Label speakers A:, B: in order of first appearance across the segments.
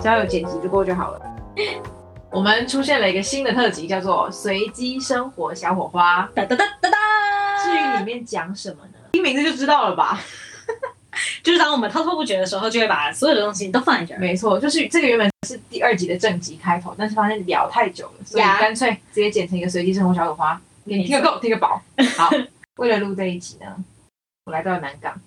A: 只要有剪辑就过就好了。 我们出现了一个新的特辑，叫做“随机生活小火花
B: 哒哒哒哒”。
A: 至
B: 哒，
A: 于里面讲什么呢？听名字就知道了吧？
B: 就是当我们滔滔不绝的时候，就会把所有的东西都放在这儿，
A: 没错，就是这个原本是第二集的正集开头，但是发现聊太久了，所以
B: 呀
A: 干脆直接剪成一个随机生活小火花，给你听个够，听个 饱。好，为了录这一集呢，我来到了南港，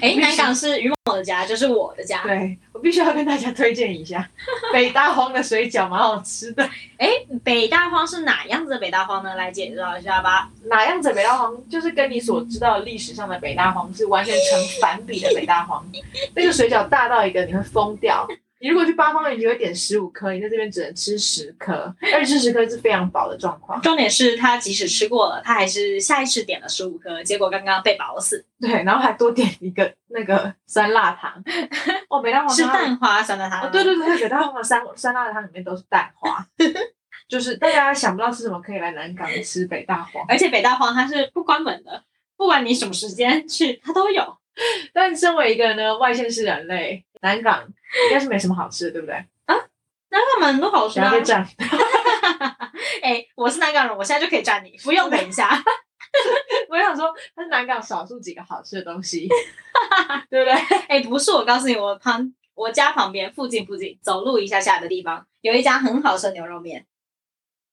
B: 哎，南港是于某的家，就是我的家。
A: 对我必须要跟大家推荐一下 北大荒的水饺，蛮好吃的。
B: 北大荒是哪样子的北大荒呢？来介绍一下吧。
A: 哪样子的北大荒，就是跟你所知道的历史上的北大荒是完全成反比的北大荒。那个水饺大到一个你会疯掉，你如果去八方云集会点十五颗，你在这边只能吃十 颗，但是吃十颗是非常饱的状况。
B: 重点是他即使吃过了，他还是下意识点了十五颗，结果刚刚被饱死，
A: 对，然后还多点一个那个酸辣 汤。哦，北大荒
B: 是
A: 它
B: 蛋花酸辣汤。
A: 哦，对对对，北大荒的酸酸辣汤里面都是蛋 花。就是大家想不到吃什么，可以来南港吃北大荒。
B: 而且北大荒它是不关门的，不管你什么时间去，它都有。
A: 但身为一个呢外县市人类，南港应该是没什么好吃的，对不对？
B: 南港门都好吃
A: 然
B: 啊
A: 后！被占
B: 哎、我是南港人，我现在就可以站你，不用等一下。
A: 我想说，它是南港少数几个好吃的东 西，对不对？
B: 哎、不是，我告诉你，我旁我家旁边附近附近走路一下下的地方有一家很好吃的牛肉面。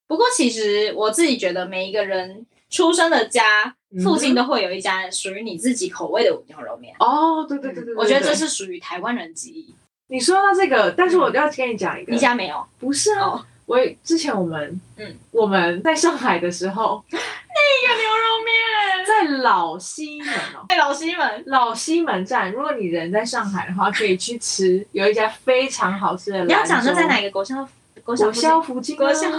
B: 不过其实我自己觉得，每一个人出生的家
A: 嗯
B: 附近都会有一家属于你自己口味的牛肉面。 嗯
A: 哦，对对对对，
B: 我觉得
A: 对
B: 这是属于台湾人记忆。
A: 你说到这个，但是我要跟你讲一个，
B: 你家没有？
A: 不是
B: 哦
A: 啊？我之前我们，
B: 嗯，
A: 我们在上海的时候，
B: 那个牛肉面
A: 在老西门哦，
B: 在老西门，
A: 老西门站，如果你人在上海的话，可以去吃，有一家非常好吃的。
B: 你要讲这在？哪个国校？国校
A: 国
B: 附近
A: 消福金啊
B: 国消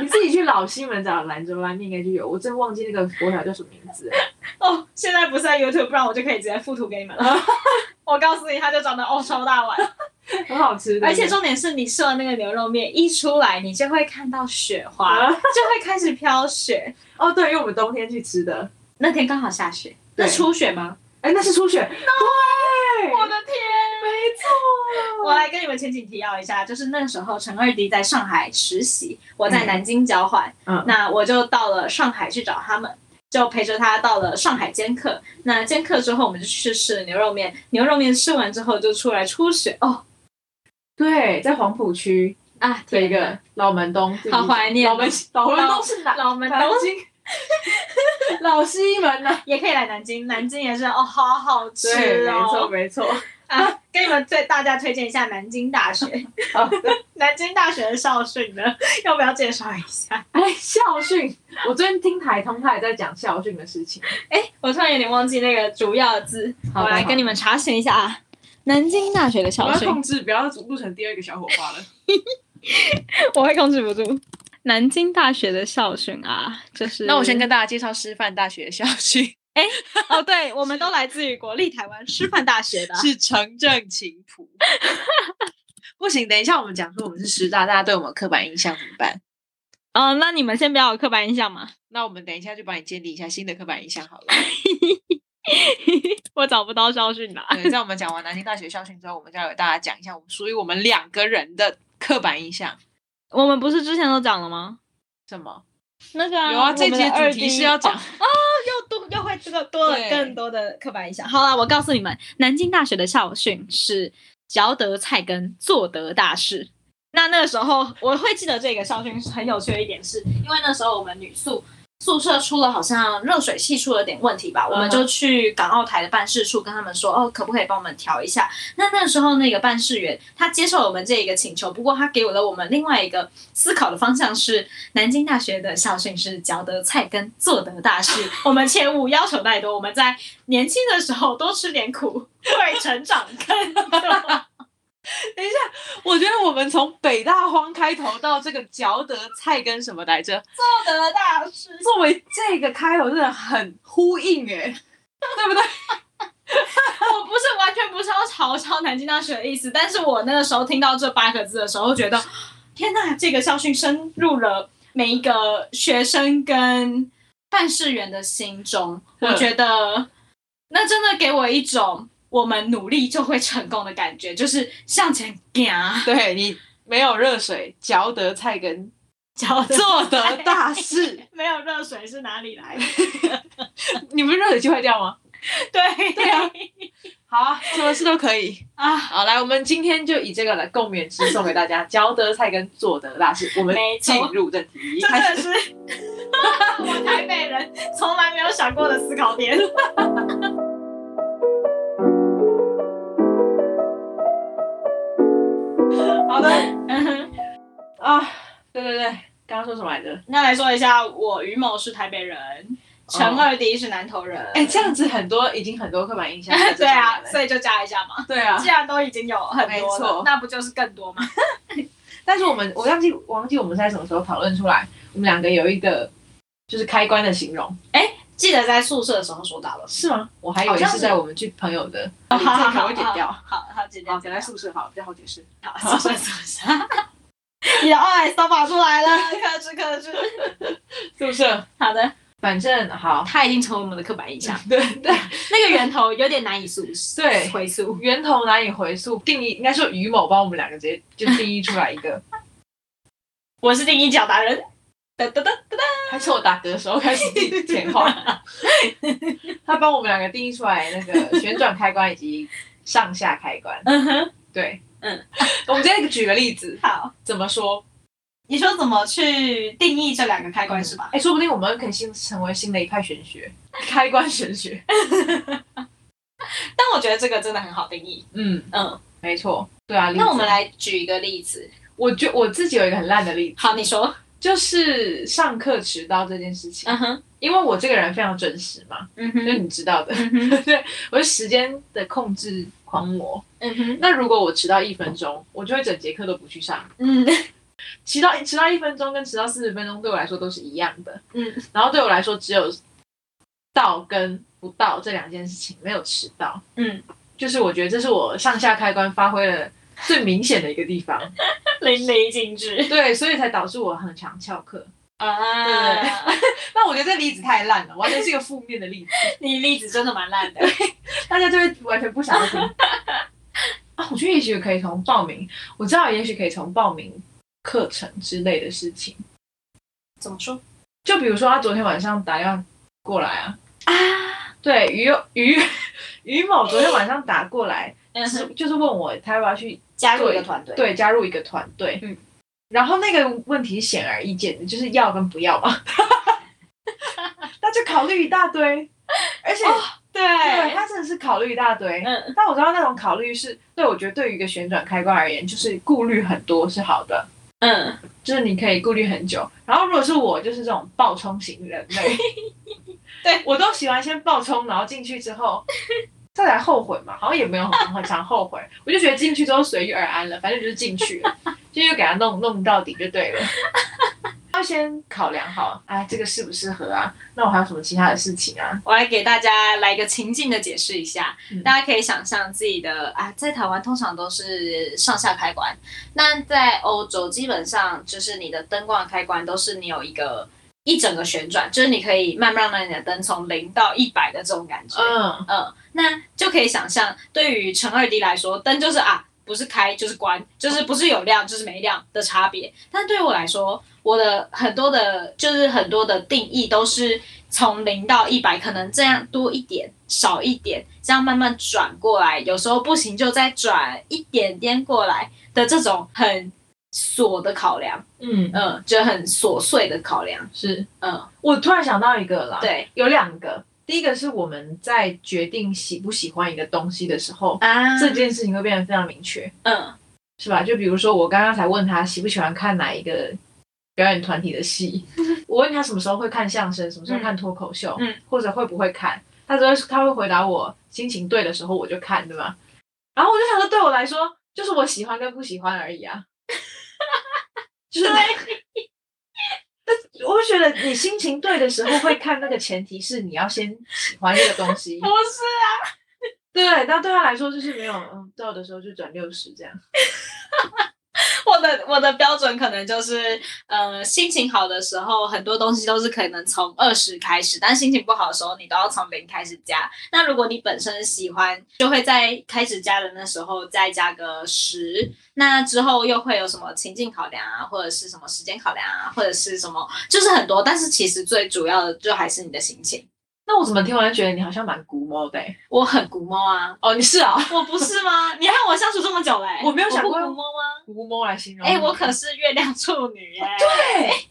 A: 你自己去老西门找兰州拉面，应该就有。我真忘记那个国小叫什么名字了。
B: 哦，现在不是在 YouTube，不然我就可以直接附图给你们了。 我告诉你，它就长得哦超大碗，
A: 很好吃，
B: 而且重点是你吃了那个牛肉面一出来，你就会看到雪花，
A: 啊，
B: 就会开始飘雪。
A: 哦，对，因为我们冬天去吃的，
B: 那天刚好下雪，
A: 对
B: 那初雪吗？
A: 哎，那是初雪，对，
B: 我的天！
A: 没错，
B: 我来跟你们前景提要一下，就是那时候陈二迪在上海实习，我在南京交换，
A: 嗯
B: 那我就到了上海去找他们，就陪着他到了上海兼课。那兼课之后，我们就去吃了牛肉面，牛肉面吃完之后就出来初雪哦
A: 对，在黄浦区
B: 啊，
A: 的一
B: 天
A: 个老门东，自己
B: 好怀念
A: 老门哦老门东是
B: 哪
A: 哪？
B: 老门
A: 南
B: 东
A: 京 老西门啊呐，
B: 也可以来南京，南京也是哦，好好吃
A: 对，没错
B: 哦
A: 没错，
B: 啊！跟你们对大家推荐一下南京大学，
A: 好
B: 南京大学的校训呢，要不要介绍一下？
A: 哎，校训，我最近听台通他也在讲校训的事情，
B: 哎，我突然有点忘记那个主要字，
A: 好
B: 我来跟你们查询一下啊。南京大学的
A: 我
B: 校
A: 要
B: 训，
A: 控制，不要录成第二个小火花了。
B: 我会控制不住。南京大学的校训啊，就是
A: 跟大家介绍师范大学的校训
B: 哦，对，我们都来自于国立台湾师范大 学的啊，
A: 是城镇琴谱。 不行，等一下我们讲说我们是师大，大家对我们有刻板印象怎么办？
B: 嗯，那你们先不要有刻板印象嘛，
A: 那我们等一下就帮你建立一下新的刻板印象好了。
B: 我找不到校训啦。
A: 对，在我们讲完南京大学校训之后，我们就要给大家讲一下我们属于我们两个人的刻板印象。
B: 我们不是之前都讲了吗？
A: 什么？
B: 那个、
A: 有啊，
B: 我们
A: 这
B: 的
A: 节主
B: 二
A: 题
B: D
A: 是要讲
B: 哦，又多又会这个多了
A: 对
B: 更多的刻板印象。好啦，我告诉你们，南京大学的校训是“嚼得菜根，做得大事”。那那个时候我会记得这个校训是很有趣的一点是，因为那时候我们女宿宿舍出了好像热水器出了点问题吧，我们就去港澳台的办事处跟他们说，哦，可不可以帮我们调一下？那那时候那个办事员他接受了我们这一个请求，不过他给我了我们另外一个思考的方向是，南京大学的校训是“嚼得菜根，做得大事”。我们切勿要求太多，我们在年轻的时候多吃点苦，会成长更多。
A: 我觉得我们从北大荒开头到这个嚼得菜根什么来着，
B: 做得大事，
A: 作为这个开头真的很呼应哎、对不对？
B: 我不是完全不是要嘲笑南京大学的意思，但是我那个时候听到这八个字的时候，觉得天呐，这个校训深入了每一个学生跟办事员的心中。
A: 嗯
B: 我觉得那真的给我一种我们努力就会成功的感觉，就是向前 干，
A: 对你没有热水，嚼得菜根，
B: 叫
A: 做得大事。
B: 没有热水是哪里 来的？
A: 你们热水器坏掉吗？
B: 对
A: 对啊好啊，什么事都可以。
B: 啊，
A: 好，来，我们今天就以这个来共勉之，送给大家：嚼得菜根，做得大事。我们
B: 没错
A: 进入正题，
B: 真
A: 开
B: 的
A: 始。
B: 是 我台北人从来没有想过的思考点。
A: 好的
B: 嗯哼
A: 啊，对对对，刚刚说什么来着？
B: 那来说一下，我于某是台北人，陈二迪是南投人。
A: 哎，这样子很多已经很多刻板印象在这
B: 对
A: 上面
B: 啊
A: 了，，
B: 所以就加一下嘛。
A: 对啊
B: 既。然都已经有很
A: 没
B: 多
A: 错
B: 了，那不就是更多吗？
A: 但是我们我忘记忘记我们是在什么时候讨论出来，我们两个有一个就是开关的形容，
B: 记得在宿舍的时候说到了。
A: 是吗？我还以
B: 好
A: 为
B: 像
A: 是
B: 是
A: 在我们去朋友的，
B: 好好好
A: 这条会剪掉。
B: 好好，姐姐，
A: 哦，留在宿舍好比较好解释。
B: 好，宿舍宿舍。 你的爱扫把出来了， 克制克制。
A: 宿舍，
B: 好的，
A: 反正好，
B: 他已经成为我们的刻板印象，
A: 对对，
B: 那个源头有点难以溯
A: 对
B: 回溯。
A: 源头难以回溯，定义应该说于某帮我们两个直接就定义出来一 个，
B: 我是第一脚达人，噔噔噔，
A: 还是我打嗝的时候开始简化， 他帮我们两个定义出来那个旋转开关以及上下开关，
B: 嗯哼，
A: 对，
B: 嗯，
A: 我们今天举个例子，
B: 好。
A: 怎么说？
B: 你说怎么去定义这两个开关是吧？
A: 哎、说不定我们可以新成为新的一派玄 学，开关玄学，
B: 但我觉得这个真的很好定义。
A: 嗯，
B: 嗯，
A: 没错，对啊，例子
B: 那我们，来举一个例子。
A: 我觉我自己有一个很烂的例子，
B: 好，你说。
A: 就是上课迟到这件事情，
B: 嗯哼，
A: 因为我这个人非常准时嘛，
B: 嗯
A: 就是
B: 哼，
A: 你知道的，
B: 嗯哼，
A: 我是时间的控制狂魔。
B: 嗯哼，
A: 那如果我迟到一分钟，我就会整节课都不去上。
B: 嗯
A: 迟到迟到一分钟跟迟到四十分钟对我来说都是一样的，
B: 嗯
A: 然后对我来说只有到跟不到这两件事情，没有迟到。
B: 嗯，
A: 就是我觉得这是我上下开关发挥了最明显的一个地方，
B: 淋漓尽致
A: 对，所以才导致我很常翘课。
B: 啊！
A: 那我觉得这例子太烂了，完全是一个负面的例子，
B: 你例子真的蛮烂的。
A: 大家就会完全不想听。 啊，我觉得也许可以从报名，我知道也许可以从报名课程之类的事情，
B: 怎么说
A: 就比如说他昨天晚上打电话过来啊，
B: 啊？
A: 对，于于 于某昨天晚上打过来，
B: 嗯
A: 是
B: 哼，
A: 就是问我他要不要去
B: 加入一个团队。
A: 对加入一个团队，
B: 嗯，
A: 然后那个问题显而易见的就是要跟不要嘛， 那就考虑一大堆，而且、
B: 哦对
A: 对他真的是考虑一大堆。
B: 嗯
A: 但我知道那种考虑是对我觉得对于一个旋转开关而言，就是顾虑很多是好的，
B: 嗯，
A: 就是你可以顾虑很久。然后如果是我，就是这种爆冲型人类，
B: 对
A: 我都喜欢先爆冲，然后进去之后再来后悔嘛，好像也没有很很常后悔。我就觉得进去之后随遇而安了，反正就是进去了，就又给他弄弄到底就对了。要先考量好，哎，这个适不适合啊？那我还有什么其他的事情啊？
B: 我来给大家来一个情境的解释一下，
A: 嗯
B: 大家可以想象自己的啊，在台湾通常都是上下开关，那在欧洲基本上就是你的灯光的开关都是你有一个一整个旋转，就是你可以慢慢让你的灯从零到一百的这种感觉。
A: 嗯，
B: 嗯，那就可以想象，对于乘二 D 来说，灯就是啊，不是开就是关，就是不是有亮就是没亮的差别。但对于我来说，我的很多的，就是很多的定义都是从零到一百，可能这样多一点，少一点，这样慢慢转过来。有时候不行就再转一点点过来的这种很琐的考量，
A: 嗯，
B: 嗯，就很琐碎的考量，
A: 是
B: 嗯，
A: 我突然想到一个啦，
B: 对
A: 有两个，第一个是我们在决定喜不喜欢一个东西的时候，
B: 啊
A: 这件事情会变得非常明确，
B: 嗯
A: 是吧？就比如说我刚刚才问他喜不喜欢看哪一个表演团体的 戏，我问他什么时候会看相声，什么时候看脱口秀，
B: 嗯
A: 或者会不会看，他只会他会回答我心情对的时候我就看，对吧？然后我就想说，对我来说就是我喜欢跟不喜欢而已啊，就是。我就觉得你心情对的时候会看，那个前提是你要先喜欢这个东 西
B: 不。是啊，
A: 对，但对他来说就是没有，嗯，到的时候就转六十这样。
B: 我的我的标准可能就是，呃，心情好的时候，很多东西都是可能从二十开始，但心情不好的时候，你都要从零开始加。那如果你本身喜欢，就会在开始加的那时候再加个十。那之后又会有什么情境考量啊，或者是什么时间考量啊，或者是什么，就是很多。但是其实最主要的就还是你的心情。
A: 那我怎么听完就觉得你好像蛮古猫的、欸？
B: 我很古猫啊，
A: 哦，你是啊，
B: 我不是吗？你和我相处这么久嘞、
A: 我没有想过
B: 我不古猫吗？
A: 古猫来形容你。
B: 哎、我可是月亮处女欸耶、
A: 对，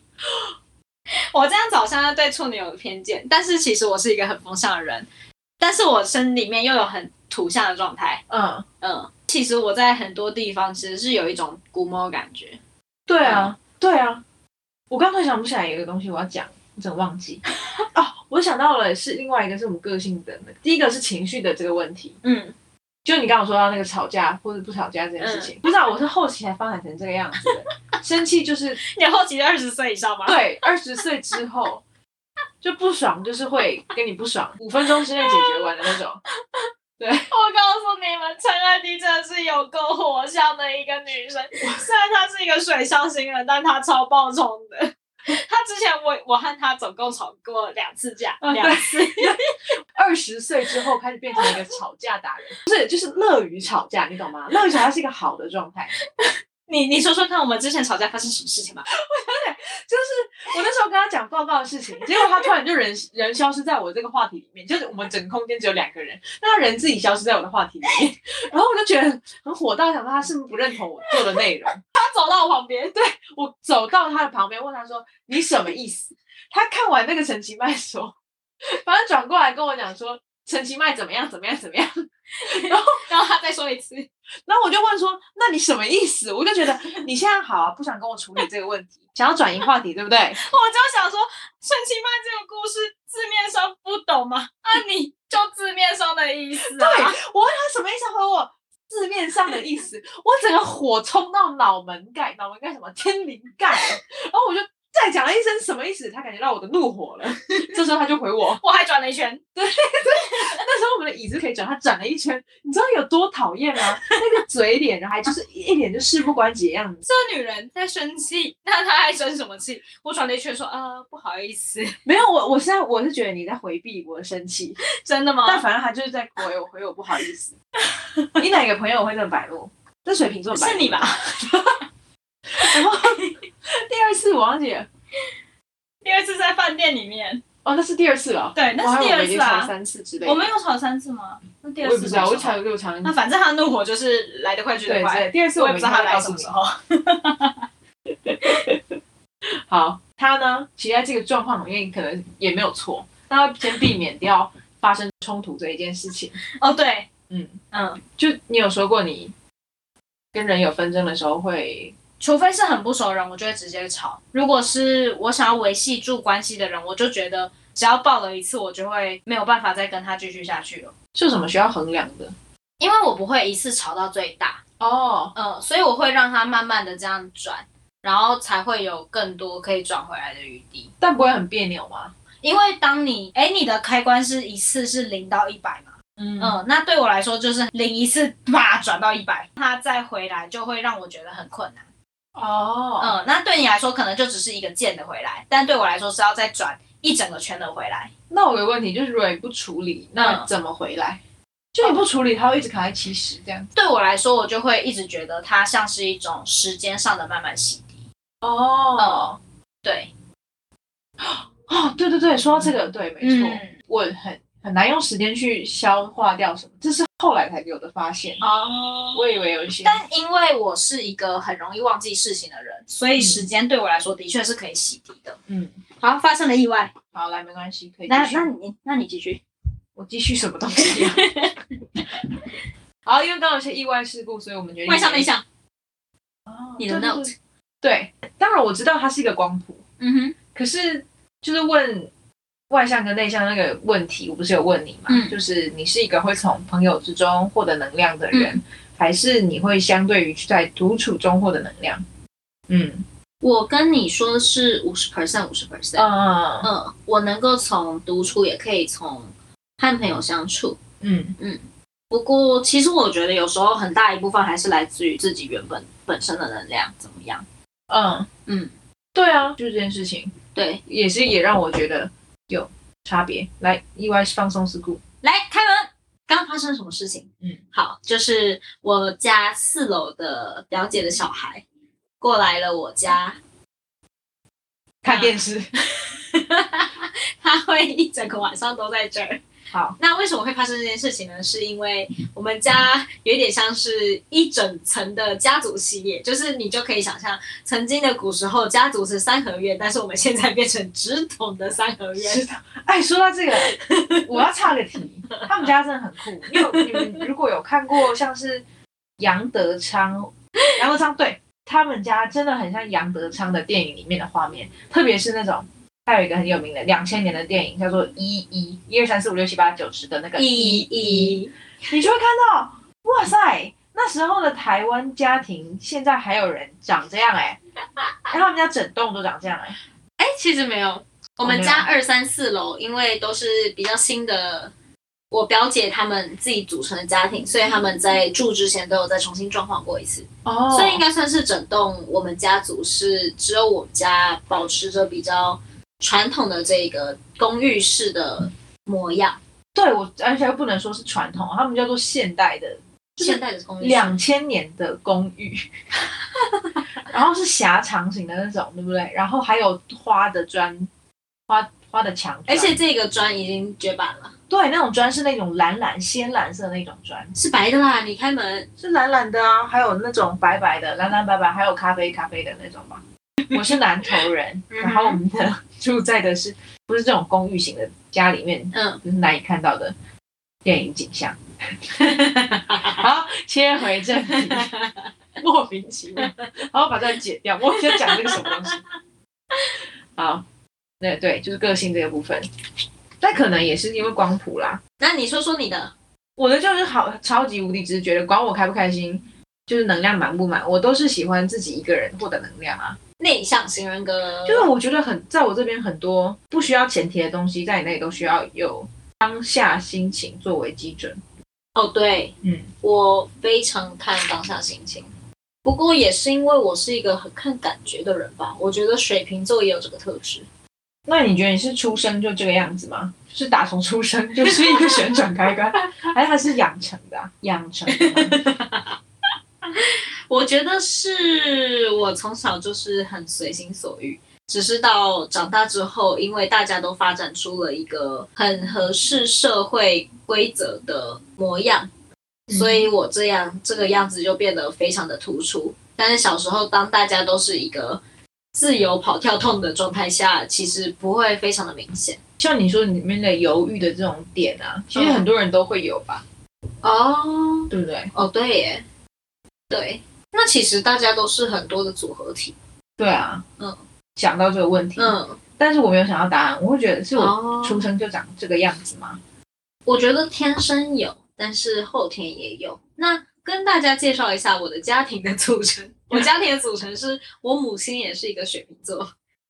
B: 我这样子好像对处女有偏见，但是其实我是一个很风向的人，但是我身里面又有很土象的状态。
A: 嗯，
B: 嗯，其实我在很多地方其实是有一种古猫感觉。
A: 对啊，对啊。我刚才想不起来有一个东西我要讲，我整个忘记。哦，我想到了，是另外一个是我们个性的那个，第一个是情绪的这个问题。
B: 嗯，
A: 就你刚刚有说到那个吵架或者不吵架这件事情，不知道我是后期才发展成这个样子的。生气就是
B: 你后期二十岁以上吗？
A: 对，二十岁之后就不爽，就是会跟你不爽，五分钟之内解决完的那种。
B: 我告诉你们，陈安迪真的是有够火象的一个女生。虽然她是一个水象星人，但她超爆冲的。她之前我我和她总共吵过两次架，
A: 啊
B: 两次。
A: 二十岁之后开始变成一个吵架达人，不是，就是乐于吵架，你懂吗？乐于吵架是一个好的状态。
B: 你你说说看，我们之前吵架发生什么事情吧？
A: 就是我那时候跟他讲报告的事情，结果他突然就人人消失在我这个话题里面，就是我们整个空间只有两个人，那他人自己消失在我的话题里面，然后我就觉得很火大，想说他是不是不认同我做的内 容？
B: 她走到我旁边，对，
A: 我走到他的旁边问他说：“你什么意思？”他看完那个陈其迈说，反正转过来跟我讲说陈其迈怎么样怎么样怎么样，
B: 然后她再说一次，
A: 然后我就问说：“那你什么意思？”我就觉得你现在好啊，不想跟我处理这个问题，想要转移话题，对不对？
B: 我就想说，陈其迈这个故事字面上不懂吗？啊，你就字面上的意思啊。
A: 对，我问他什么意思，他回我字面上的意思，我整个火冲到脑门盖，脑门盖什么天灵盖，然后我就再讲了一声什么意思，他感觉到我的怒火了，这时候他就回我，
B: 我还转了一圈，
A: 那时候我们的椅子可以转，他转了一圈，你知道有多讨厌吗？那个嘴脸，然后还就是一脸就事不关己的样子，
B: 这女人在生气，那她还生什么气？我转了一圈说，呃，不好意思，
A: 没有我，我现在我是觉得你在回避我的生气，
B: 真的吗？
A: 但反正他就是在回我，回我不好意思。你哪个朋友会这么白目？这水瓶座白目
B: 是你吧？
A: 然后第二次我忘记了，
B: 第二次在饭店里面，
A: 哦，那是第二次了。
B: 对，那是第
A: 我
B: 二次
A: 还以为我们已经吵
B: 啊。
A: 三次之类的。
B: 我们有吵三次吗？那第
A: 我也
B: 二
A: 不
B: 次
A: 知道，我
B: 什么时候
A: 吵六场。
B: 那反正她的怒火就是来得快去得
A: 对
B: 快，
A: 对，第二次
B: 我也
A: 们
B: 不知道她
A: 应该
B: 来
A: 告
B: 什
A: 诉
B: 么
A: 你
B: 时。候。
A: 好，他呢，其实在这个状况里面可能也没有错，那要先避免掉发生冲突这一件事情。
B: 哦，对，
A: 嗯，
B: 嗯，
A: 就你有说过你跟人有纷争的时候会，
B: 除非是很不熟的人，我就会直接吵；如果是我想要维系住关系的人，我就觉得只要爆了一次，我就会没有办法再跟他继续下去了，
A: 是有什么需要衡量的？
B: 因为我不会一次吵到最大，
A: 哦，
B: 嗯、所以我会让他慢慢的这样转，然后才会有更多可以转回来的余地。
A: 但不会很别扭吗？
B: 因为当你哎，你的开关是一次是零到一百嘛，
A: 嗯
B: 嗯、那对我来说就是零一次啪转到一百，他再回来就会让我觉得很困难。
A: 哦，
B: 嗯，那对你来说可能就只是一个键的回来，但对我来说是要再转一整个圈的回来。
A: 那我有个问题就是，如果你不处理，那
B: 嗯
A: 怎么回来？就你不处理，它会一直卡在七十这样。
B: 对我来说，我就会一直觉得它像是一种时间上的慢慢洗涤。
A: 哦，
B: 对，
A: 哦，对对对，说到这个，对，没错。
B: 嗯，
A: 我很很难用时间去消化掉什么，这是后来才有的发现。
B: 哦。
A: 我以为有一些，
B: 但因为我是一个很容易忘记事情的人，所以时间对我来说的确是可以洗涤的。
A: 嗯，
B: 好，发生了意外，
A: 好，来，没关系，可以
B: 那
A: 继续。
B: 那你那你继续。
A: 我继续什么东西、啊？ 好，因为刚好有些意外事故，所以我们决定
B: 外向内向，
A: 哦
B: 你的
A: 对对
B: note
A: 对对，当然我知道它是一个光谱，
B: 嗯
A: 可是就是问外向跟内向那个问题，我不是有问你嘛？
B: 嗯
A: 就是你是一个会从朋友之中获得能量的人，
B: 嗯
A: 还是你会相对于在独处中获得能量？嗯
B: 我跟你说是五十 percent 五十 percent，
A: 嗯
B: 嗯，我能够从独处，也可以从和朋友相处。
A: 嗯，
B: 不过，其实我觉得有时候很大一部分还是来自于自己原本本身的能量怎么样。
A: 嗯
B: 嗯，
A: 对啊，就是这件事情，
B: 对，
A: 也是也让我觉得有差别。来，意外放松事故，
B: 来开门。刚发生什么事情？
A: 嗯，
B: 好，就是我家四楼的表姐的小孩过来了我家，
A: 看电视。
B: 他会一整个晚上都在这儿。
A: 好，
B: 那为什么会发生这件事情呢？是因为我们家有点像是一整层的家族系列，就是你就可以想象，曾经的古时候家族是三合院，但是我们现在变成直筒的三合院。
A: 哎，说到这个，我要岔个题，他们家真的很酷，因为你们如果有看过像是杨德昌，杨德昌对他们家真的很像杨德昌的电影里面的画面，特别是那种。还有一个很有名的两千年的电影，叫做《一一一二三四五六七八九十》的那个
B: 一
A: 一
B: 一，
A: 你就会看到，哇塞，那时候的台湾家庭，现在还有人长这样哎、然后他们家整栋都长这样哎、
B: 哎，其实没有，我们
A: 没
B: 家
A: 有
B: 二三四楼，因为都是比较新的。我表姐他们自己组成的家庭，所以他们在住之前都有再重新装潢过一次。
A: 哦
B: 所以应
A: 该
B: 该算是整栋我们家族是只有我们家保持着比较传统的这个公寓式的模样，
A: 对我，而且又不能说是传统，他们叫做现代的，就是
B: 现代的公寓式
A: 两千年的公寓， 然后是狭长型的那种，对不对？然后还有花的砖，花花的墙砖，
B: 而且这个砖已经绝版了，
A: 对那种砖是那种蓝蓝鲜蓝色的那种砖，
B: 是白的啦。你开门，
A: 是蓝蓝的啊，还有那种白白的，蓝蓝白白，还有咖啡咖啡的那种 吧。我是南投人，
B: 嗯哼
A: 然后我们的住在的是不是这种公寓型的家里面，
B: 嗯，
A: 就是难以看到的电影景象。好，切回正题，莫名其妙，然后把这个剪掉。我在讲这个什么东西？好，那对，就是个性这个部分，但可能也是因为光谱啦，
B: 那你说说你的，
A: 我的就是好超级无敌直觉的，管我开不开心，就是能量满不满，我都是喜欢自己一个人获得能量啊。
B: 内向型人格，
A: 就是我觉得很，在我这边很多不需要前提的东西，在你那里都需要有当下心情作为基准。
B: 哦，对
A: 嗯，
B: 我非常看当下心情。不过也是因为我是一个很看感觉的人吧，我觉得水瓶座也有这个特质。
A: 那你觉得你是出生就这个样子吗？是打从出生就是 一个旋转开关，还是它是养成的啊、养成的吗
B: 我觉得是我从小就是很随心所欲，只是到长大之后，因为大家都发展出了一个很合适社会规则的模样，
A: 嗯
B: 所以我这样这个样子就变得非常的突出。但是小时候，当大家都是一个自由跑跳痛的状态下，其实不会非常的明显。
A: 像你说里面的犹豫的这种点啊，其实
B: 嗯
A: 很多人都会有吧，
B: 哦
A: 对不对？
B: 哦，对耶，对，那其实大家都是很多的组合体，
A: 对啊，
B: 嗯，
A: 想到这个问题，
B: 嗯，
A: 但是我没有想到答案，我会觉得是我
B: 哦
A: 出生就长这个样子吗？
B: 我觉得天生有，但是后天也有。那跟大家介绍一下我的家庭的 组成。我家庭的组成是我母亲也是一个水瓶座，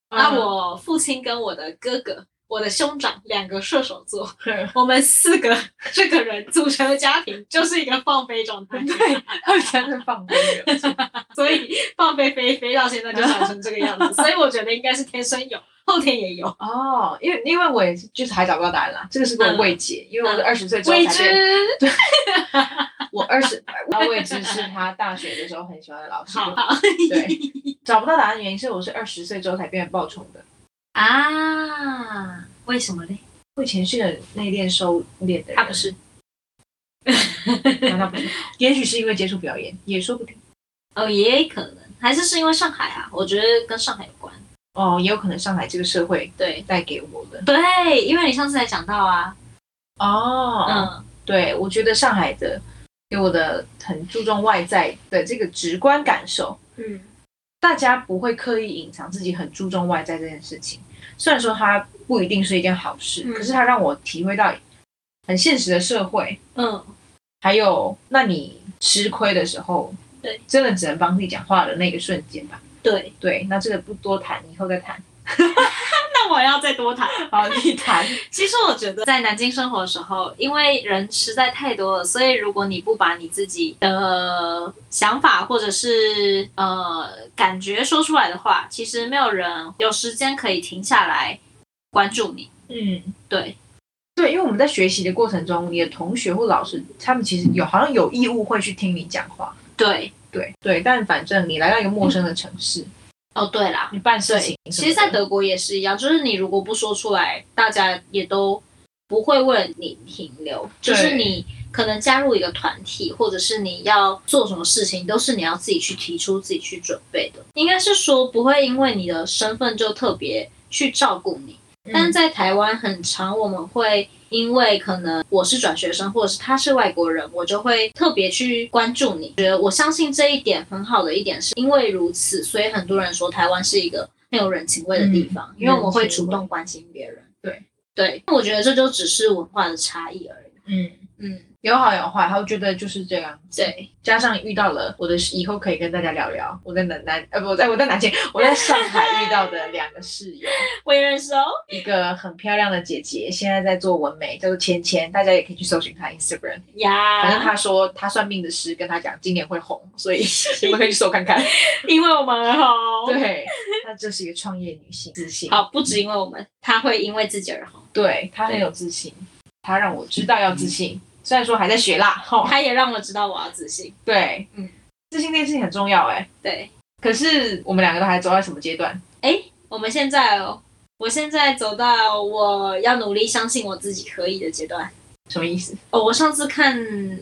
A: 嗯
B: 那、我父亲跟我的哥哥、我的兄长两个射手 座，
A: 嗯
B: 我们四个这个人组成的家庭就是一个放飞状态，
A: 对，他们真的放飞了。
B: 所以放飞飞飞到现在就长成这个 样子。所以我觉得应该是天生有，后天也有。
A: 哦，因为因为我也是，就是还找不到答案啦，这个是个未解，因为我是二十岁之后
B: 嗯未
A: 才变，
B: 知，
A: 我二 十，那未知是他大学的时候很喜欢的老师，
B: 好好
A: 对，找不到答案的原因是我是二十岁之后才变得爆冲的，
B: 啊？为什么呢？
A: 我以前是很内敛收敛的人，
B: 他不是
A: 难道不是， 也许是因为接触表演，也说不定，
B: 哦，也可能，还是是因为上海啊，我觉得跟上海有关。
A: 哦，也有可能上海这个社会
B: 对
A: 带给我的，
B: 对，因为你上次才讲到啊，
A: 哦，
B: 嗯，
A: 对，我觉得上海的给我的很注重外在的这个直观感受，
B: 嗯，
A: 大家不会刻意隐藏自己很注重外在这件事情。虽然说它不一定是一件好事，
B: 嗯
A: 可是它让我体会到很现实的社会，
B: 嗯，
A: 还有那你吃亏的时候，
B: 对，
A: 真的只能帮自己讲话的那个瞬间吧。
B: 对。
A: 对，那这个不多谈，以后再谈。
B: 那
C: 我要再多谈。
A: 好，一谈
B: 其实我觉得在南京生活的时候，因为人实在太多了，所以如果你不把你自己的想法或者是呃感觉说出来的话，其实没有人有时间可以停下来关注你。
A: 嗯，
B: 对，
A: 对，因为我们在学习的过程中，你的同学或老师，他们其实有好像有义务会去听你讲话，
B: 对，
A: 对对，但反正你来到一个陌生的城市，
B: 哦，对啦，
A: 你办事
B: 对
A: 情什么的，
B: 其实，在德国也是一样，就是你如果不说出来，大家也都不会为你停留。
A: 对
B: 就是你可能加入一个团体，或者是你要做什么事情，都是你要自己去提出、自己去准备的。应该是说不会因为你的身份就特别去照顾你。但是
A: 嗯
B: 在台湾，很常我们会因为可能我是转学生，或者是他是外国人，我就会特别去关注你。觉得我相信这一点很好的一点是，因为如此，所以很多人说台湾是一个很有人情味的
A: 嗯
B: 地方，因为我们会主动关心别人。
A: 对
B: 对，我觉得这就只是文化的差异而已。
A: 嗯，
B: 嗯，
A: 有好有坏，然后觉得就是这样，
B: 对，
A: 加上遇到了我的以后可以跟大家聊聊我在南南呃不我在我在南京我 在上海遇到的两个室友，
B: 我也认识哦。
A: 一个很漂亮的姐姐，现在在做纹眉，叫做芊芊，大家也可以去搜寻她 Instagram。
B: 呀、
A: 反正她说她算命的师跟她讲今年会红，所 以你们可以去搜看看。
B: 因为我们而红。，
A: 对，她就是一个创业女性，自信。
B: 哦好，不止因为我们，他会因为自己而红，
A: 对她很有自信，她让我知道要自信，
B: 嗯
A: 虽然说还在学啦，吼，
B: 他也让我知道我要自信。
A: 对，
B: 嗯，
A: 自信这件事情很重要哎、
B: 对。
A: 可是我们两个都还走在什么阶段？
B: 诶，我们现在哦，我现在走到我要努力相信我自己可以的阶段。
A: 什么意思？
B: 哦，我上次看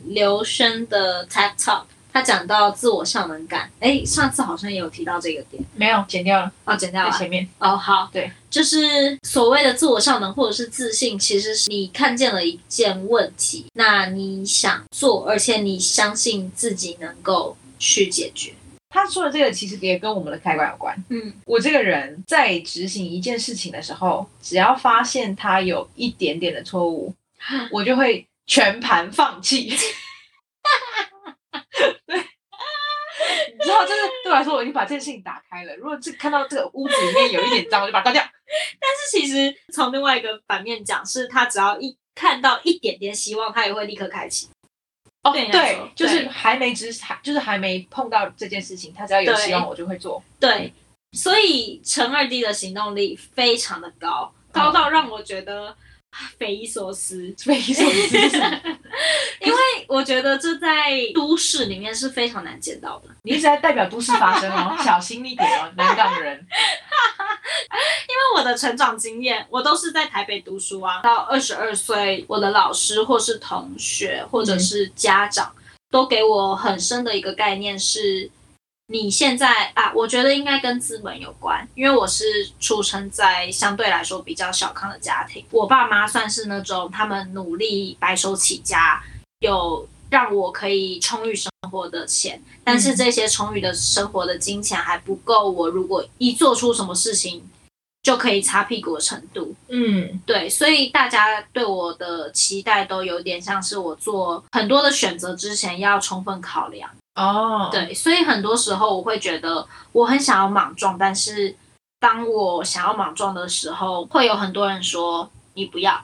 B: 刘轩的 TED Talk，他讲到自我效能感。诶，上次好像也有提到这个点。
A: 没有，剪掉了，
B: 哦，剪掉
A: 在
B: 了。
A: 前面。
B: 哦，好，
A: 对，
B: 就是所谓的自我效能或者是自信，其实是你看见了一件问题，那你想做，而且你相信自己能够去解决。
A: 他说的这个其实也跟我们的开关有关。
B: 嗯，
A: 我这个人在执行一件事情的时候，只要发现他有一点点的错误，我就会全盘放弃。 对，你知道，就是对我来说，我已经把这件事情打开了。如果这看到这个屋子里面有一点脏，我就把它关掉。
B: 其实从另外一个反面讲，是他只要一看到一点点希望，他也会立刻开启。
A: 哦，
B: 对
A: 对，就是
B: 对
A: 还没执，还就是还没碰到这件事情，他只要有希望，我就会做。
B: 对，所以陈二弟的行动力非常的高，高到让我觉得啊匪夷所思。哎
A: 匪夷所思是什么，
B: 我觉得这在都市里面是非常难见到的。
A: 你一直在代表都市发声哦，小心一点哦，南港人。
B: 因为我的成长经验，我都是在台北读书啊，到二十二岁，我的老师或是同学或者是家长、都给我很深的一个概念是，你现在啊，我觉得应该跟资本有关，因为我是出生在相对来说比较小康的家庭，我爸妈算是那种他们努力白手起家，有让我可以充裕生活的钱，但是这些充裕的生活的金钱还不够我如果一做出什么事情。就可以擦屁股的程度。
A: 嗯
B: 对，所以大家对我的期待都有点像是我做很多的选择之前要充分考量。
A: 哦，，
B: 对，所以很多时候我会觉得我很想要莽撞，但是当我想要莽撞的时候，会有很多人说你不要。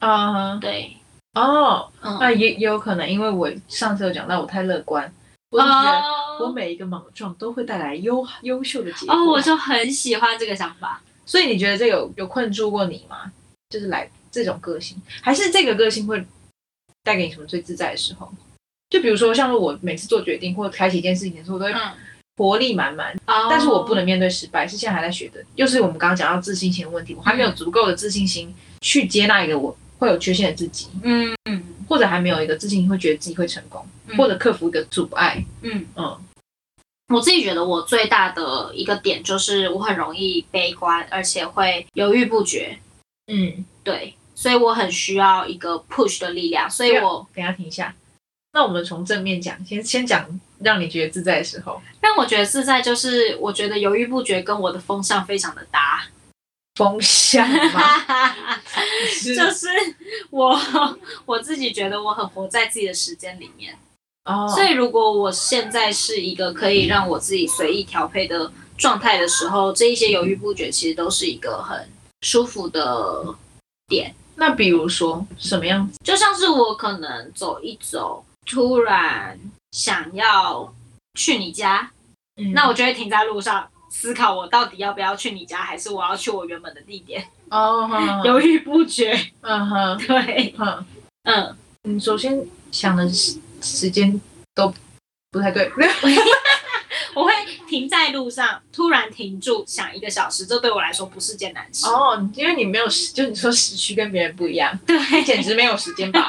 A: 嗯哼，
B: 对，
A: 哦，
B: 嗯，
A: 那也也有可能，因为我上次有讲到我太乐观，我就觉
B: 哦
A: 得我每一个莽撞都会带来优优秀的结果。
B: 哦，我就很喜欢这个想法。
A: 所以你觉得这有有困住过你吗？就是来这种个性，还是这个个性会带给你什么最自在的时候？就比如说，像我每次做决定或开启一件事情的时候，我都会
B: 嗯，
A: 活力满满，
B: 哦
A: 但是我不能面对失败，是现在还在学的。又是我们刚刚讲到自信心的问题，我还
B: 嗯
A: 没有足够的自信心去接纳一个我会有缺陷的自己，
B: 嗯嗯
A: 或者还没有一个自信心会觉得自己会成功，
B: 嗯
A: 或者克服一个阻碍。
B: 嗯。
A: 嗯
B: 我自己觉得我最大的一个点就是我很容易悲观，而且会犹豫不决。
A: 嗯，
B: 对，所以我很需要一个 push 的力量。所
A: 啊
B: 以我
A: 等一下停一下。那我们从正面讲，先先讲让你觉得自在的时候，
B: 让我觉得自在，就是我觉得犹豫不决跟我的风向非常的搭，
A: 风向嘛， 是
B: 就是我 我自己觉得我很活在自己的时间里面。
A: 哦，
B: 所以如果我现在是一个可以让我自己随意调配的状态的时候，这一些犹豫不决其实都是一个很舒服的
A: 那比如说什么样子？
B: 就像是我可能走一走，突然想要去你家，
A: 嗯
B: 那我就会停在路上。思考我到底要不要去你家，还是我要去我原本的地点，
A: 哦，好好好
B: 犹豫不决。
A: 嗯哼，
B: 对，
A: 哼，
B: 嗯，
A: 嗯，首先想的时时间都不太对，
B: 我会停在路上，突然停住想一个小时，这对我来说不是件难事。
A: 哦，因为你没有时，就你说时区跟别人不一样，
B: 对，
A: 简直没有时间吧？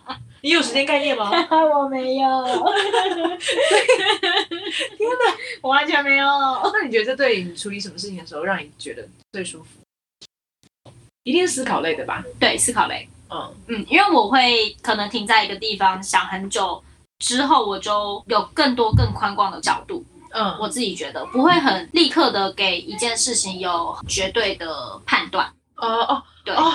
A: 你有时间概念吗？
B: 我没有，
A: 天哪！
B: 我完全没有。
A: 哦那你觉得这对你处理什么事情的时候，让你觉得最舒服？一定是思考类的吧？
B: 对，思考类，
A: 嗯，
B: 嗯，因为我会可能停在一个地方想很久。之后我就有更多更宽广的角度，
A: 嗯，
B: 我自己觉得不会很立刻的给一件事情有绝对的判断。
A: 哦哦
B: 对
A: 哦，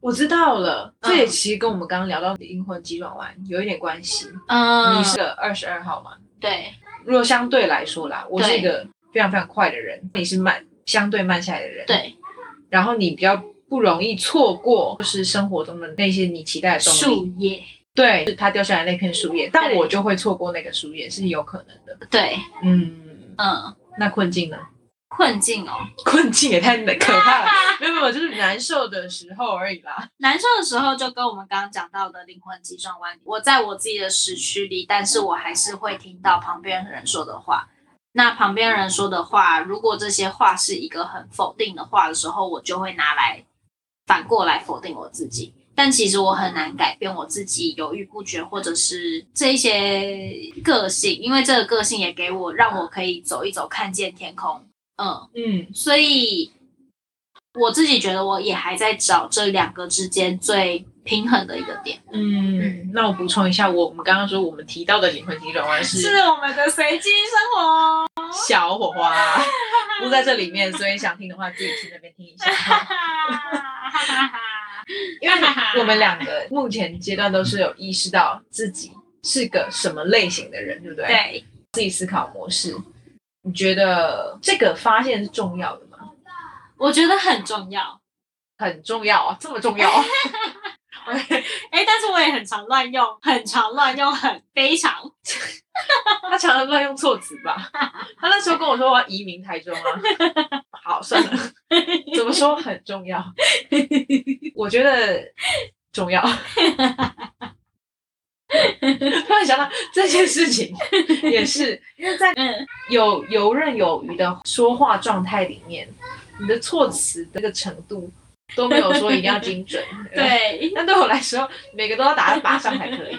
A: 我知道了，这也
B: 嗯
A: 其实跟我们刚刚聊到的阴魂急转弯有一点关系。
B: 嗯
A: 你，是个二十二号嘛？
B: 对，
A: 如果相对来说啦，我是
B: 对
A: 一个非常非常快的人，你是慢，相对慢下来的人，
B: 对，
A: 然后你比较不容易错过，就是生活中的那些你期待的动
B: 树
A: 力，
B: 叶，
A: 对，就是它掉下来那片树叶，但
B: 对
A: 我就会错过那个树叶是有可能的。
B: 对，
A: 嗯，
B: 嗯，
A: 那困境呢？
B: 困境哦，
A: 困境也太可怕了， 没有没有，就是难受的时候而已啦。
B: 难受的时候就跟我们刚刚讲到的灵魂急转弯，我在我自己的时区里，但是我还是会听到旁边人说的话。那旁边人说的话，如果这些话是一个很否定的话的时候，我就会拿来反过来否定我自己。但其实我很难改变我自己犹豫不决，或者是这一些个性，因为这个个性也给我让我可以走一走，看见天空。嗯，
A: 嗯
B: 所以我自己觉得我也还在找这两个之间最平衡的一个点。
A: 嗯，那我补充一下，我我们刚刚说我们提到的灵魂急转弯是哦
B: 我们的随机生活，
A: 小火 花，不在这里面，所以想听的话自己去那边听一下。哈
B: 啊
A: 因为我们两个目前阶段都是有意识到自己是个什么类型的人，对不对？
B: 对，
A: 自己思考模式，你觉得这个发现是重要的吗？
B: 我觉得很重要。
A: 很重要啊，这么重要、啊？
B: 哎，但是我也很常乱用，很常乱用，很非 常。
A: 他常常乱用措辞吧？他那时候跟我说我要移民台中啊，好算了，怎么说很重要？我觉得重要。突然想到这件事情，也是因为在
B: 嗯
A: 有游刃有余的说话状态里面，你的措辞的那个程度都没有说一定要精准。，
B: 对
A: 但对我来说，每个都要打在靶上才可以。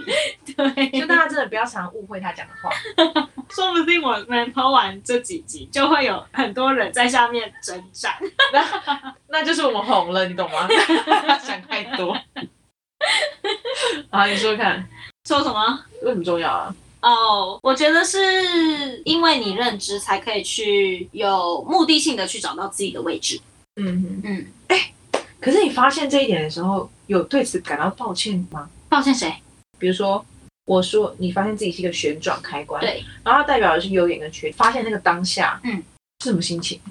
B: 对，
A: 就大家真的不要常误会他讲的话。
B: 说不定我们抛完这几集，就会有很多人在下面征战。
A: 那就是我们红了，你懂 吗？想太 多。啊，你说说看，
B: 说什么？
A: 为什么重要啊？
B: 哦，我觉得是因为你认知才可以去有目的性的去找到自己的位置。
A: 嗯
B: 嗯，
A: 可是你发现这一点的时候，有对此感到抱歉吗？
B: 抱歉谁？
A: 比如说，我说你发现自己是一个旋转开关，
B: 对，
A: 然后它代表的是优点跟缺点，发现那个当下，
B: 嗯，
A: 是什么心情？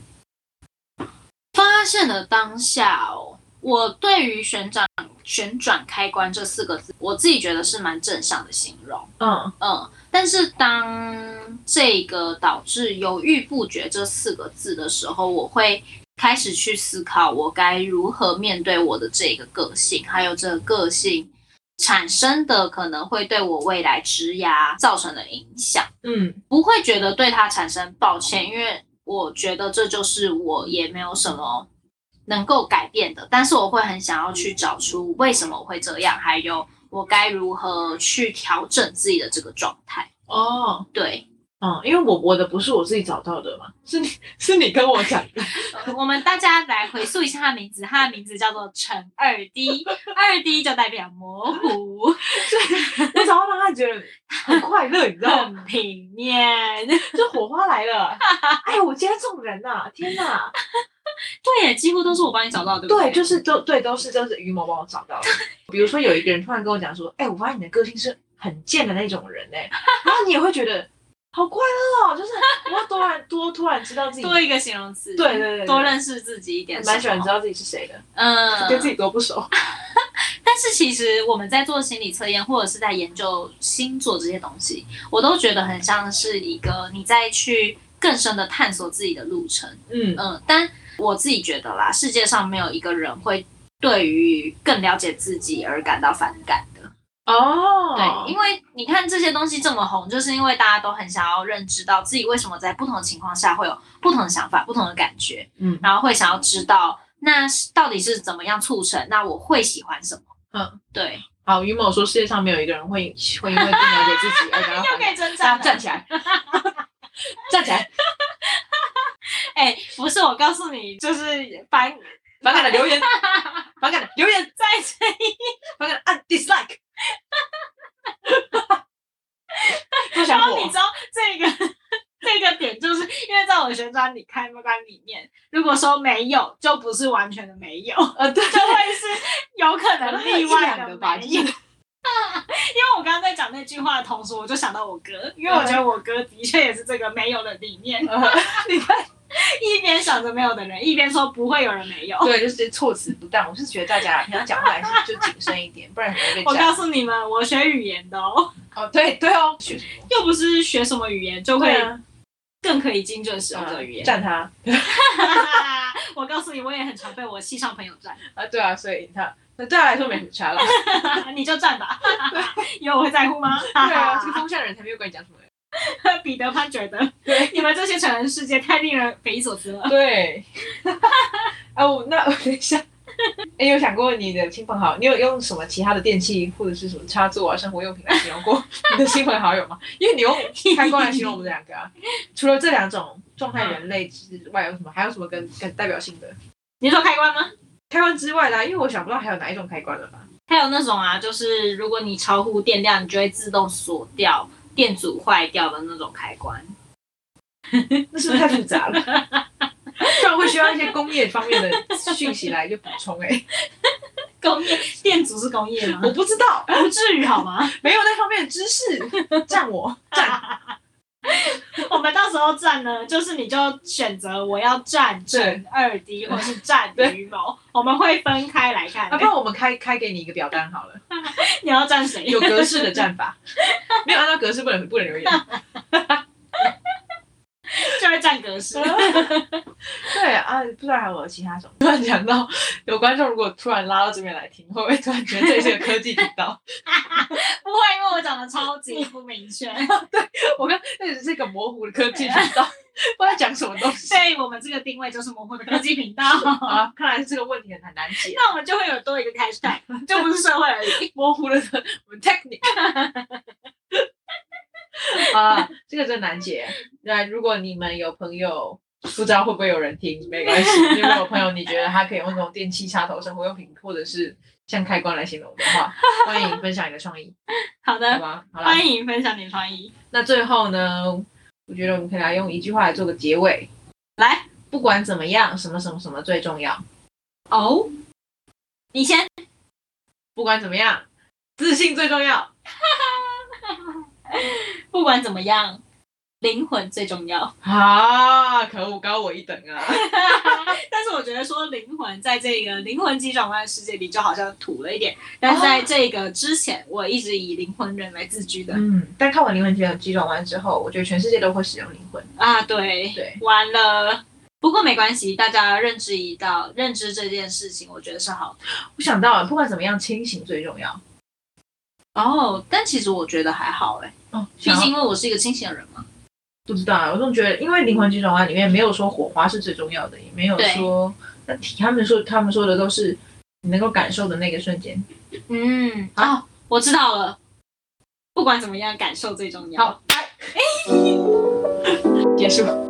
B: 发现了当下哦，我对于旋转旋转开关这四个字，我自己觉得是蛮正向的形容。
A: 嗯
B: 嗯，但是当这个导致犹豫不决这四个字的时候，我会开始去思考我该如何面对我的这个个性，还有这个个性产生的可能会对我未来职涯造成的影响。
A: 嗯
B: 不会觉得对他产生抱歉，因为我觉得这就是我也没有什么能够改变的，但是我会很想要去找出为什么我会这样，还有我该如何去调整自己的这个状态。
A: 哦
B: 对，
A: 嗯，因为我我的不是我自己找到的嘛，是你是你跟我讲的。
B: 呃我们大家来回溯一下他的名字，他的名字叫做陈二 D，二 D 就代表模糊、
A: 我找到让他觉得很快乐，你知 道吗？
B: 很平面。
A: 这火花来 了！哎，我今天这种人呐、天哪！
B: 对耶，几乎都是我帮你找到，对不
A: 对，
B: 对？
A: 就是是都对，都是都是于某帮我找到的。比如说有一欸个人突然跟我讲说：“哎、我发现你的个性是很贱的那种人哎、然后你也会觉得好快乐哦！就是我突然多突然知道自己，
B: 多一个形容词，
A: 对对对对
B: 多认识自己一点，
A: 还蛮喜欢知道自己是谁的，
B: 嗯，
A: 跟自己多不熟。
B: 但是其实我们在做心理测验，或者是在研究星座这些东西，我都觉得很像是一个你在去更深的探索自己的路程。
A: 嗯，
B: 嗯，但我自己觉得啦，世界上没有一个人会对于更了解自己而感到反感的。
A: 哦，
B: 对，因为你看这些东西这么红，就是因为大家都很想要认知到自己为什么在不同的情况下会有不同的想法、不同的感觉，
A: 嗯
B: 然后会想要知道那是到底是怎么样促成，那我会喜欢什么？
A: 嗯，
B: 对，
A: 好，于某说世界上没有一个人会会因为更了解自己而 感到
B: 又
A: 反
B: 可
A: 感
B: 以征战
A: 站
B: 了
A: 站起来，站起来，
B: 哎、不是，我告诉你，就是反
A: 反感的留言，反感的留言，
B: 在这里，
A: 反感的按啊 dislike。不
B: 然
A: 想
B: 后你
A: 我
B: 知，道这个这个点，就是因为在我的旋转你开麦关里面，如果说没有，就不是完全的没有，
A: 呃，对，
B: 就会是有可 能
A: 一
B: 例外
A: 两
B: 的
A: 个
B: 没
A: 吧，
B: 有。因 为我刚刚在讲那句话的同时，我就想到我哥，因为我觉得我哥的确也是这个没有的里面，
A: 呃你看，
B: 一边想着没有的人，一边说不会有人没有。
A: 对，就是措辞不当。我是觉得大家平常讲话还是就谨慎一点，不然很容易被
B: 我
A: 炸
B: 告。诉你们，我学语言的哦，
A: 哦，对对哦，学
B: 又不是学什么语言就会
A: 对啊
B: 更可以精准使用这个语
A: 呃
B: 言。
A: 站他
B: 我告诉你，我也很常被我系上朋友站，
A: 啊，对啊，所以他那对他来说没什么差 啦。
B: 你就站吧， 有我会在乎吗？
A: 对啊， 这个风向人才没有跟你讲什么。
B: 彼得潘觉得你们这些成人世界太令人匪夷所思了。
A: 对，啊，我那等一下，哎，有想过你的亲朋好友，你有用什么其他的电器或者是什么插座啊、生活用品来形容过你的亲朋好友吗？因为你用开关来形容我们两个啊，除了这两种状态人类之外，有什么还有什么更更代表性的
B: 你说开关吗？
A: 开关之外啦？因为我想不到还有哪一种开关了吧？
B: 还有那种啊，就是如果你超乎电量，你就会自动锁掉电阻坏掉的那种开关。
A: 那是不是太复杂了？突然会需要一些工业方面的讯息来就补充哎、
B: 工业电阻是工业吗
A: 我？不知道，
B: 不至于好吗？
A: 没有那方面的知识， 占我占
B: 我们到时候站呢，就是你就选择我要站
A: 对
B: 正二 D 或是站于某，我们会分开来看。
A: 啊，不然我们开开给你一个表单好了，
B: 你要站谁？
A: 有格式的战法， 没有按照格式不能不能留言。
B: 就会站格式。
A: 对啊，不知道还有没有其他什么。突然讲到有观众如果突然拉到这边来听，会不会突然觉得这是个科技频道？
B: 不会，因为我讲的超级不明 确，
A: 我刚那只是一个模糊的科技频道， 不知道讲什么东西
B: 所以我们这个定位就是模糊的科技频道。
A: 啊。看来这个问题很难解，
B: 那我们就会有多一个 hashtag，就不是社会而已。
A: 模糊了的 我们 technic。啊，这个真难解。那如果你们有朋友不知道会不会有人听，没 关系。如果有朋友你觉得他可以用这种电器插头、生活用品，或者是像开关来形容的 话，欢迎分享你的创意，
B: 好
A: 好
B: 的，
A: 吗？好啦，
B: 欢迎分享你的创意。
A: 那最后呢，我觉得我们可以来用一句话来做个结尾。
B: 来，
A: 不管怎么样，什么什么什么最重要。
B: 哦，你先，
A: 不管怎么样，自信最重要。
B: 不管怎么样，灵魂最重要。
A: 啊，可恶，高我一等啊！
B: 但是我觉得说灵魂在这个灵魂急转弯的世界里就好像土了一点，但是在这个之前，我一直以灵魂人来自居的
A: 嗯，但看完《灵魂急转急转弯》之后，我觉得全世界都会使用灵魂。
B: 啊，对，
A: 对，
B: 完了。不过没关系，大家认知一到认知这件事情，我觉得是好的。
A: 我想到了，不管怎么样，清醒最重要。
B: 哦，但其实我觉得还好哎、
A: 哦，
B: 毕竟因为我是一个清醒的人嘛。
A: 不知道啊，我总觉得，因为《灵魂急转弯》里面没有说火花是最重要的，也没有
B: 对
A: 说，那他们说他们说的都是你能够感受的那个瞬间。
B: 嗯，哦，我知道了。不管怎么样，感受最重要。
A: 好，结束。